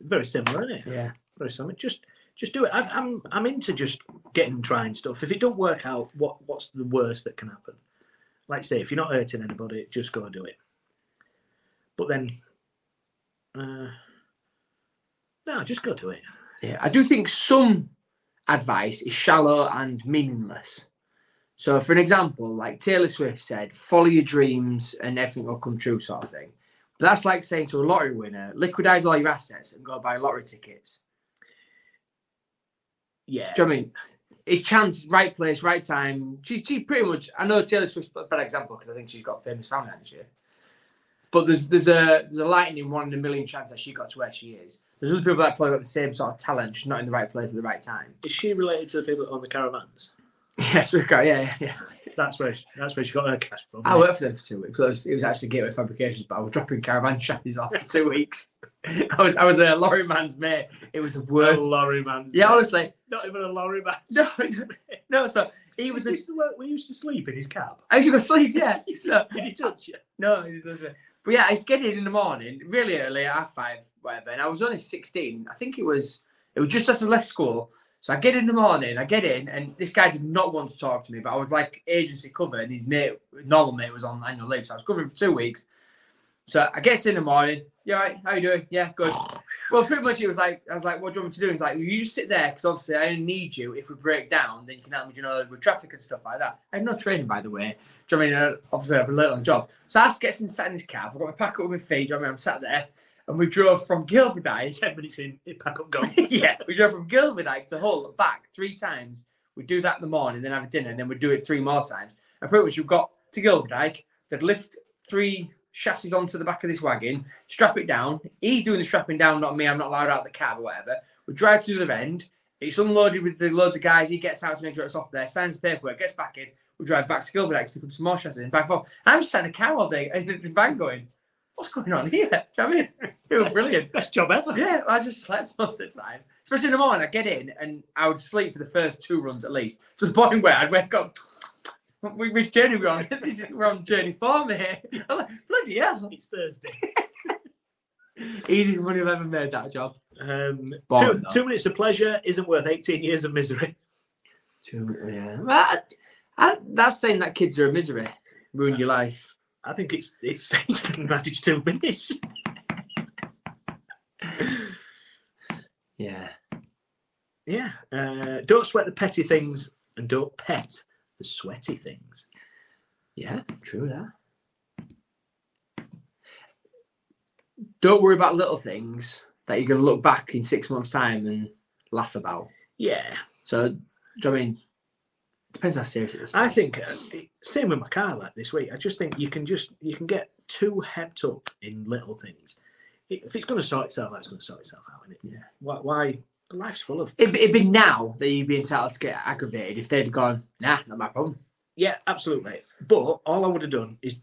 B: very similar, isn't it?
C: Yeah.
B: Very similar. Just, just do it. I, I'm, I'm into just getting trying stuff. If it don't work out, what, what's the worst that can happen? Like I say, if you're not hurting anybody, just go do it. But then, uh, no, just go do it.
C: Yeah. I do think some advice is shallow and meaningless. So, for an example, like Taylor Swift said, follow your dreams and everything will come true, sort of thing. But that's like saying to a lottery winner, liquidize all your assets and go buy lottery tickets.
B: Yeah,
C: Do you know what I mean? It's chance, right place, right time. She, she pretty much. I know Taylor Swift's a bad example because I think she's got famous family, hasn't she? But there's there's a there's a lightning one in a million chance that she got to where she is. There's other people that probably got the same sort of talent, just not in the right place at the right time.
B: is she related to the people on the caravans?
C: Yes, we've got yeah, yeah, yeah.
B: That's where she, that's where she got her cash from.
C: I worked for them for two weeks. It was, it was actually Gateway Fabrications, but I was dropping caravan chassis off for two weeks. I was I was a lorry man's mate. It was the
B: a
C: worst.
B: lorry man.
C: yeah, honestly,
B: not even a lorry man.
C: no, no. So he was.
B: was
C: A,
B: this the work we used to sleep in his cab?
C: I used to go sleep. Yeah, so
B: Did he touch you?
C: No, it doesn't. But yeah, I was getting in in the morning, really early, at half five, whatever. And I was only 16. I think it was it was just as I left school. So I get in the morning, I get in, and this guy did not want to talk to me, but I was like agency cover, and his mate, normal mate, was on annual leave. So I was covering for two weeks. So I get in the morning, you all right? How you doing? Yeah, good. Well, pretty much it was like, I was like, what do you want me to do? He's like, you just sit there, because obviously I only need you. If we break down, then you can help me, you know, with traffic and stuff like that. I had no training, by the way. Do you know what I mean? Uh, Obviously, I've been late on the job. So I gets in, sat in his cab. I've got my packet with my feet. Do you know what I mean? I'm sat there. And we drove from Gilberdike.
B: Ten minutes in, it pack up, go.
C: yeah, we drove from Gilberdike to Hull and back three times. We do that in the morning, then have a dinner, and then we do it three more times. And pretty much we got to Gilberdike. They'd lift three chassis onto the back of this wagon, strap it down. He's doing the strapping down, not me. I'm not allowed out of the cab or whatever. We drive to the other end. It's unloaded with the loads of guys. He gets out to make sure it's off there, signs the paperwork, gets back in. We drive back to Gilberdike to pick up some more chassis and back and forth. And I'm just sat in a car all day and the van going, What's going on here? Do you know what I mean? It was brilliant.
B: Best job ever.
C: Yeah, I just slept most of the time. Especially in the morning, I get in and I would sleep for the first two runs at least. To the point where I'd wake up. "Wh- Which journey are we on? this is, we're on journey four, mate. I'm like, bloody hell.
B: It's Thursday.
C: Easiest money I've ever made that job.
B: Um,
C: Boring,
B: two,
C: though.
B: two minutes of pleasure isn't worth 18 years of misery.
C: Two, yeah. Well, I, I, that's saying that kids are a misery. Ruin your life.
B: I think it's it's you can manage two minutes.
C: Yeah.
B: Yeah. Uh, don't sweat the petty things and don't pet the sweaty things.
C: Yeah, true that. Don't worry about little things that you're going to look back in six months' time and laugh about.
B: Yeah.
C: So, do you know what I mean? Depends how serious it is.
B: I think uh, it- same with my car like this week. I just think you can just you can get too hepped up in little things. It- If it's going to sort itself out, it's going to sort itself out, isn't it?
C: Yeah.
B: Why? why life's full of
C: it'd, be- it'd be now that you'd be entitled to get aggravated if they'd gone, nah, not my problem.
B: yeah, absolutely. But all I would have done is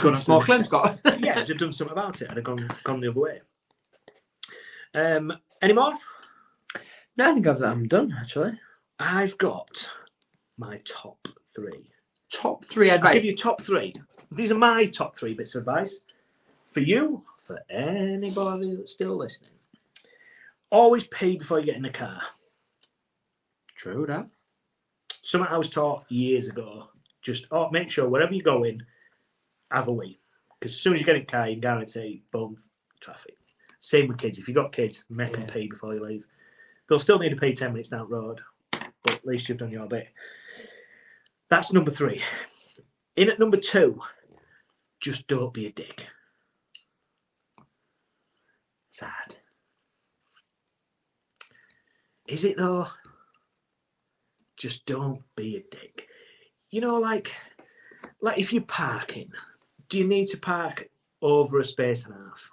B: gone after
C: Small
B: the next
C: claims got.
B: time. yeah, I'd have done something about it. I'd have gone gone the other way. Um, any more?
C: no, I think I've, I'm done actually.
B: I've got my top three.
C: Top three
B: I'll give
C: advice.
B: you top three. These are my top three bits of advice for you, for anybody that's still listening. Always pay before you get in the car.
C: True that.
B: something I was taught years ago. Just oh, make sure wherever you're going, have a wee. Because as soon as you get in the car, you can guarantee, boom, traffic. Same with kids. If you've got kids, make them
C: Yeah.
B: pee before you leave. They'll still need to pee 10 minutes down the road, but at least you've done your bit. That's number three. In at number two, just don't be a dick. Sad. Is it though? Just don't be a dick. You know, like, like if you're parking, do you need to park over a space and a half?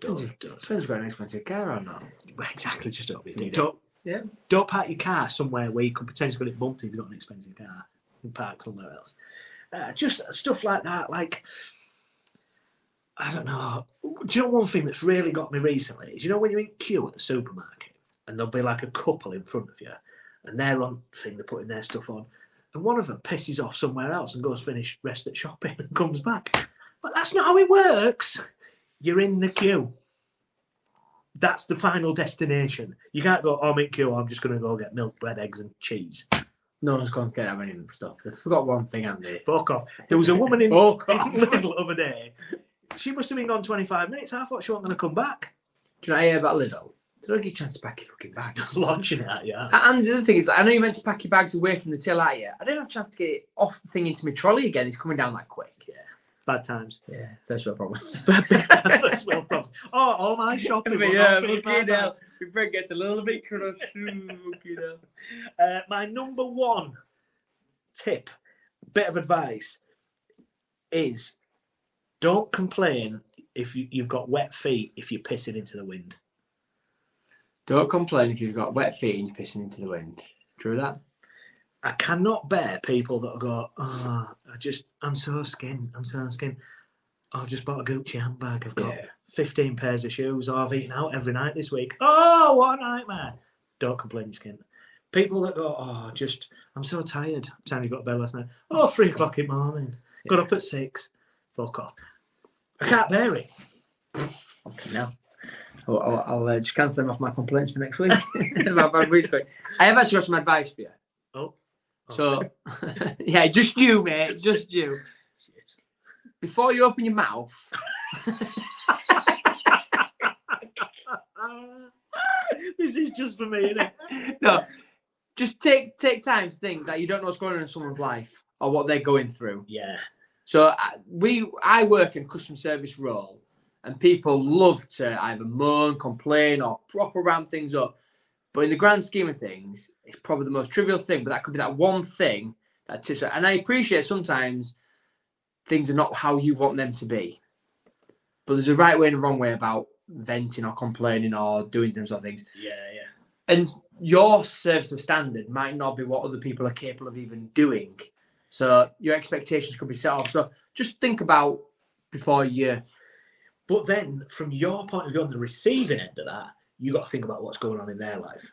C: Depends
B: Don't,
C: if
B: don't,
C: depends if you've got an expensive car or not.
B: well, exactly, just don't be a
C: Need
B: dick.
C: it.
B: Don't,
C: Yeah.
B: don't park your car somewhere where you could potentially get it bumped if you've got an expensive car. You park somewhere else. Uh, just stuff like that. Like, I don't know. Do you know one thing that's really got me recently is you know when you're in queue at the supermarket and there'll be like a couple in front of you and they're on thing, they're putting their stuff on, and one of them pisses off somewhere else and goes finish rest at shopping and comes back. But that's not how it works. You're in the queue that's the final destination. You can't go, oh, I'm in queue, I'm just going to go get milk, bread, eggs, and cheese.
C: No one's going to get that many of the stuff. They forgot one thing, haven't they?
B: Fuck off. There was a woman in,
C: Fuck
B: in
C: off.
B: Lidl the other day. She must have been gone 25 minutes. I thought she wasn't going to come back.
C: Do you know I hear about Lidl? They don't get a chance to pack your fucking bags.
B: Launching at you.
C: A- And the other thing is, I know you're meant to pack your bags away from the till, aren't you? I don't have a chance to get it off the thing into my trolley again. It's coming down that quick. Yeah,
B: Bad times.
C: yeah. That's your problems.
B: First world problems. Oh, all my shopping. will not fit in my bag.
C: Your friend gets a little bit crushed. fucking hell.
B: Uh, my number one tip, bit of advice, is don't complain if you, you've got wet feet if you're pissing into the wind.
C: Don't complain if you've got wet feet and you're pissing into the wind. True that.
B: I cannot bear people that go, oh, I just, I'm so skinned, I'm so skinned. Oh, I've just bought a Gucci handbag. I've got
C: Yeah.
B: 15 pairs of shoes. Oh, I've eaten out every night this week. Oh, what a nightmare. Don't complain, you're skinned. People that go, oh, just, I'm so tired. What Time you got to bed last night. Oh, three o'clock in the morning. Got up at six. Fuck off. I can't bear it.
C: No. I'll, I'll, I'll uh, just cancel them off my complaints for next week. About bad weeks going. I have actually got some advice for you.
B: Oh. Oh.
C: So, yeah, just you, mate. Just you.
B: Shit.
C: Before you open your mouth,
B: Ah, this is just for me, innit?
C: no, just take take time to think that you don't know what's going on in someone's life or what they're going through.
B: yeah.
C: So I- we, I work in customer service role, and people love to either moan, complain, or proper ram things up. But in the grand scheme of things, it's probably the most trivial thing. But that could be that one thing that tips. it. And I appreciate sometimes things are not how you want them to be, but there's a right way and a wrong way about venting or complaining or doing things or things.
B: Yeah, yeah.
C: And your service of standard might not be what other people are capable of even doing. So your expectations could be set off. So just think about before you.
B: But then, from your point of view, on the receiving end of that, you got to think about what's going on in their life.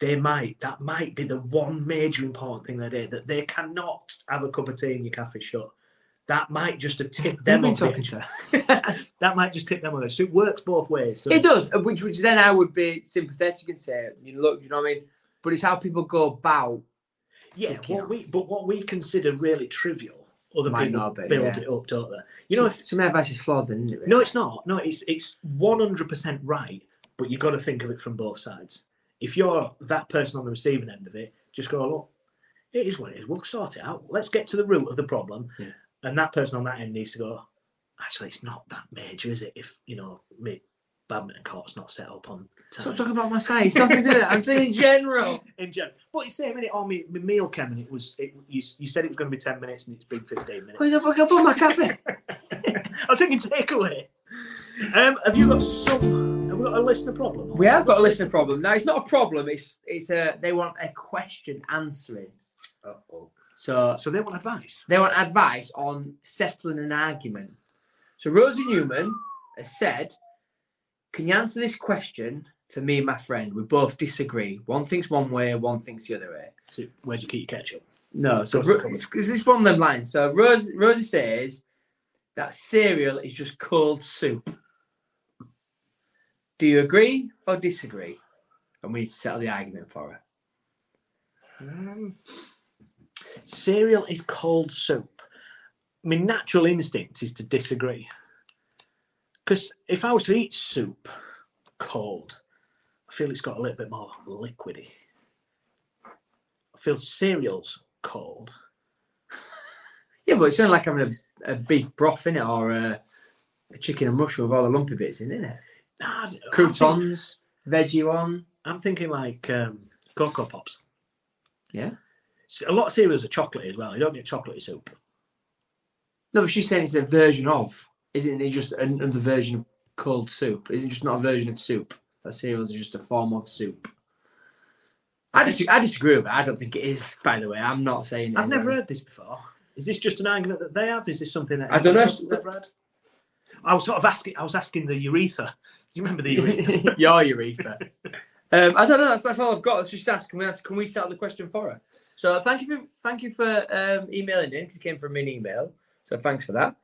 B: They might that might be the one major important thing they did that they cannot have a cup of tea in your cafe shut. That might just have tipped them
C: Who
B: on
C: am I
B: the
C: talking
B: edge.
C: to.
B: That might just tip them on the edge. So it works both ways. doesn't
C: It does, which which then I would be sympathetic and say, you know, look, you know what I mean. But it's how people go about.
B: Yeah,
C: Fucking
B: what
C: hell.
B: we but what we consider really trivial, other
C: Might
B: people
C: not be,
B: build
C: yeah.
B: it up, don't they? You know, if,
C: some, some advice is flawed, then isn't it?
B: No, it's not. No, it's it's one hundred percent right, but you've got to think of it from both sides. If you're that person on the receiving end of it, just go, look, it is what it is. We'll sort it out. Let's get to the root of the problem.
C: Yeah.
B: And that person on that end needs to go, actually, it's not that major, is it? If, you know, my badminton court's not set up on time.
C: Stop talking about my size. Nothing to do with that. I'm saying in general.
B: in general. But it's same minute on my, my meal came and it was, it, you, you said it was going to be 10 minutes and it's been 15 minutes.
C: Why not fuck up on my cafe?
B: I was thinking takeaway. Um, have you got some, have we got a listener problem?
C: We have got a listener problem. Now it's not a problem. It's it's a they want a question answering.
B: Uh-oh.
C: So
B: So they want advice.
C: they want advice on settling an argument. So Rosie Newman has said, "Can you answer this question for me and my friend? We both disagree. One thinks one way, one thinks the other way."
B: So where do you keep your ketchup?
C: No, so
B: Of course it
C: Ro-
B: comes.
C: it's, it's it's one of them lines. So Rose, Rosie says that cereal is just cold soup. Do you agree or disagree? And we need to settle the argument for her.
B: Um, cereal is cold soup. My natural instinct is to disagree. Because if I was to eat soup cold, I feel it's got a little bit more liquidy. I feel cereal's cold.
C: Yeah, but it sounds like having a, a beef broth in it or a, a chicken and mushroom with all the lumpy bits in it.
B: Nah, I d- I'm think-
C: Croutons, veggie one.
B: I'm thinking like um, Cocoa Pops.
C: Yeah.
B: S- A lot of cereals are chocolatey as well. You don't get chocolatey soup.
C: No, but she's saying it's a version of. Isn't it just an- another version of cold soup? Isn't it just not a version of soup? That cereals is just a form of soup. I disagree, I disagree with it. I don't think it is, by the way. I'm not saying it
B: I've
C: is.
B: never heard this before. Is this just an argument that they have? Is this something that
C: I don't know
B: everyone
C: if-
B: else has ever had? I was sort of asking. I was asking the urethra. Do you remember the urethra?
C: Your urethra. um, I don't know. That's, that's all I've got. Let's just ask. Can we, ask, can we settle the question for her? So thank you for thank you for um, emailing in because it came from an email. So thanks for that.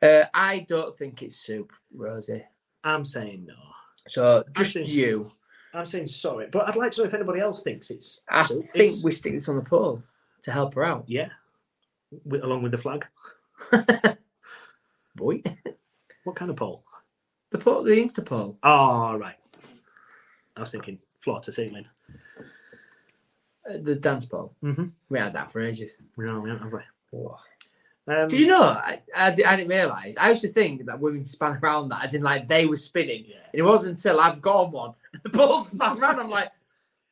C: Uh, I don't think it's soup, Rosie.
B: I'm saying no.
C: So just
B: think-
C: you.
B: I'm saying sorry, but I'd like to know if anybody else thinks it's.
C: I
B: soup.
C: think
B: It's-
C: we stick this on the poll to help her out,
B: yeah, with, along with the flag.
C: boy.
B: What kind of poll?
C: The poll, the Insta poll.
B: Oh, right. I was thinking floor to ceiling.
C: Uh, the dance poll.
B: Mhm.
C: We had that for ages.
B: No, we haven't, have we? Um,
C: Did you know? I, I, di- I didn't realize. I used to think that women span around that, as in like they were spinning. And it wasn't until I've gone one, the ball snapped round. I'm like,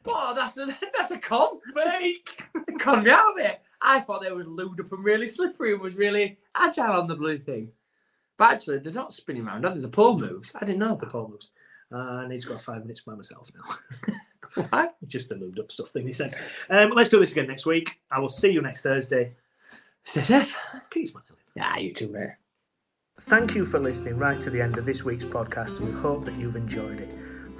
C: oh, that's a that's a con fake. con me out of it. I thought they were lewd up and really slippery and was really agile on the blue thing. But actually, they're not spinning around. Are they? The pole moves. I didn't know
B: the poll moves. Uh, I need to go five minutes by myself now.
C: that. Why?
B: Just the moved up stuff thing he said. Um, let's do this again next week. I will see you next Thursday.
C: CSF.
B: Peace, man.
C: Yeah, you too, mate.
B: Thank you for listening right to the end of this week's podcast, and we hope that you've enjoyed it.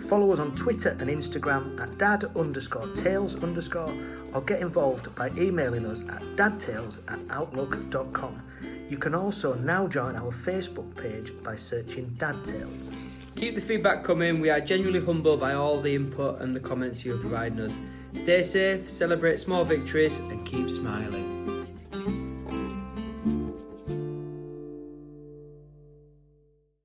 B: Follow us on Twitter and Instagram at dad underscore tales underscore, or get involved by emailing us at dadtales at outlook.com. You can also now join our Facebook page by searching Dad Tales.
C: Keep the feedback coming. We are genuinely humbled by all the input and the comments you're providing us. Stay safe, celebrate small victories, and keep smiling.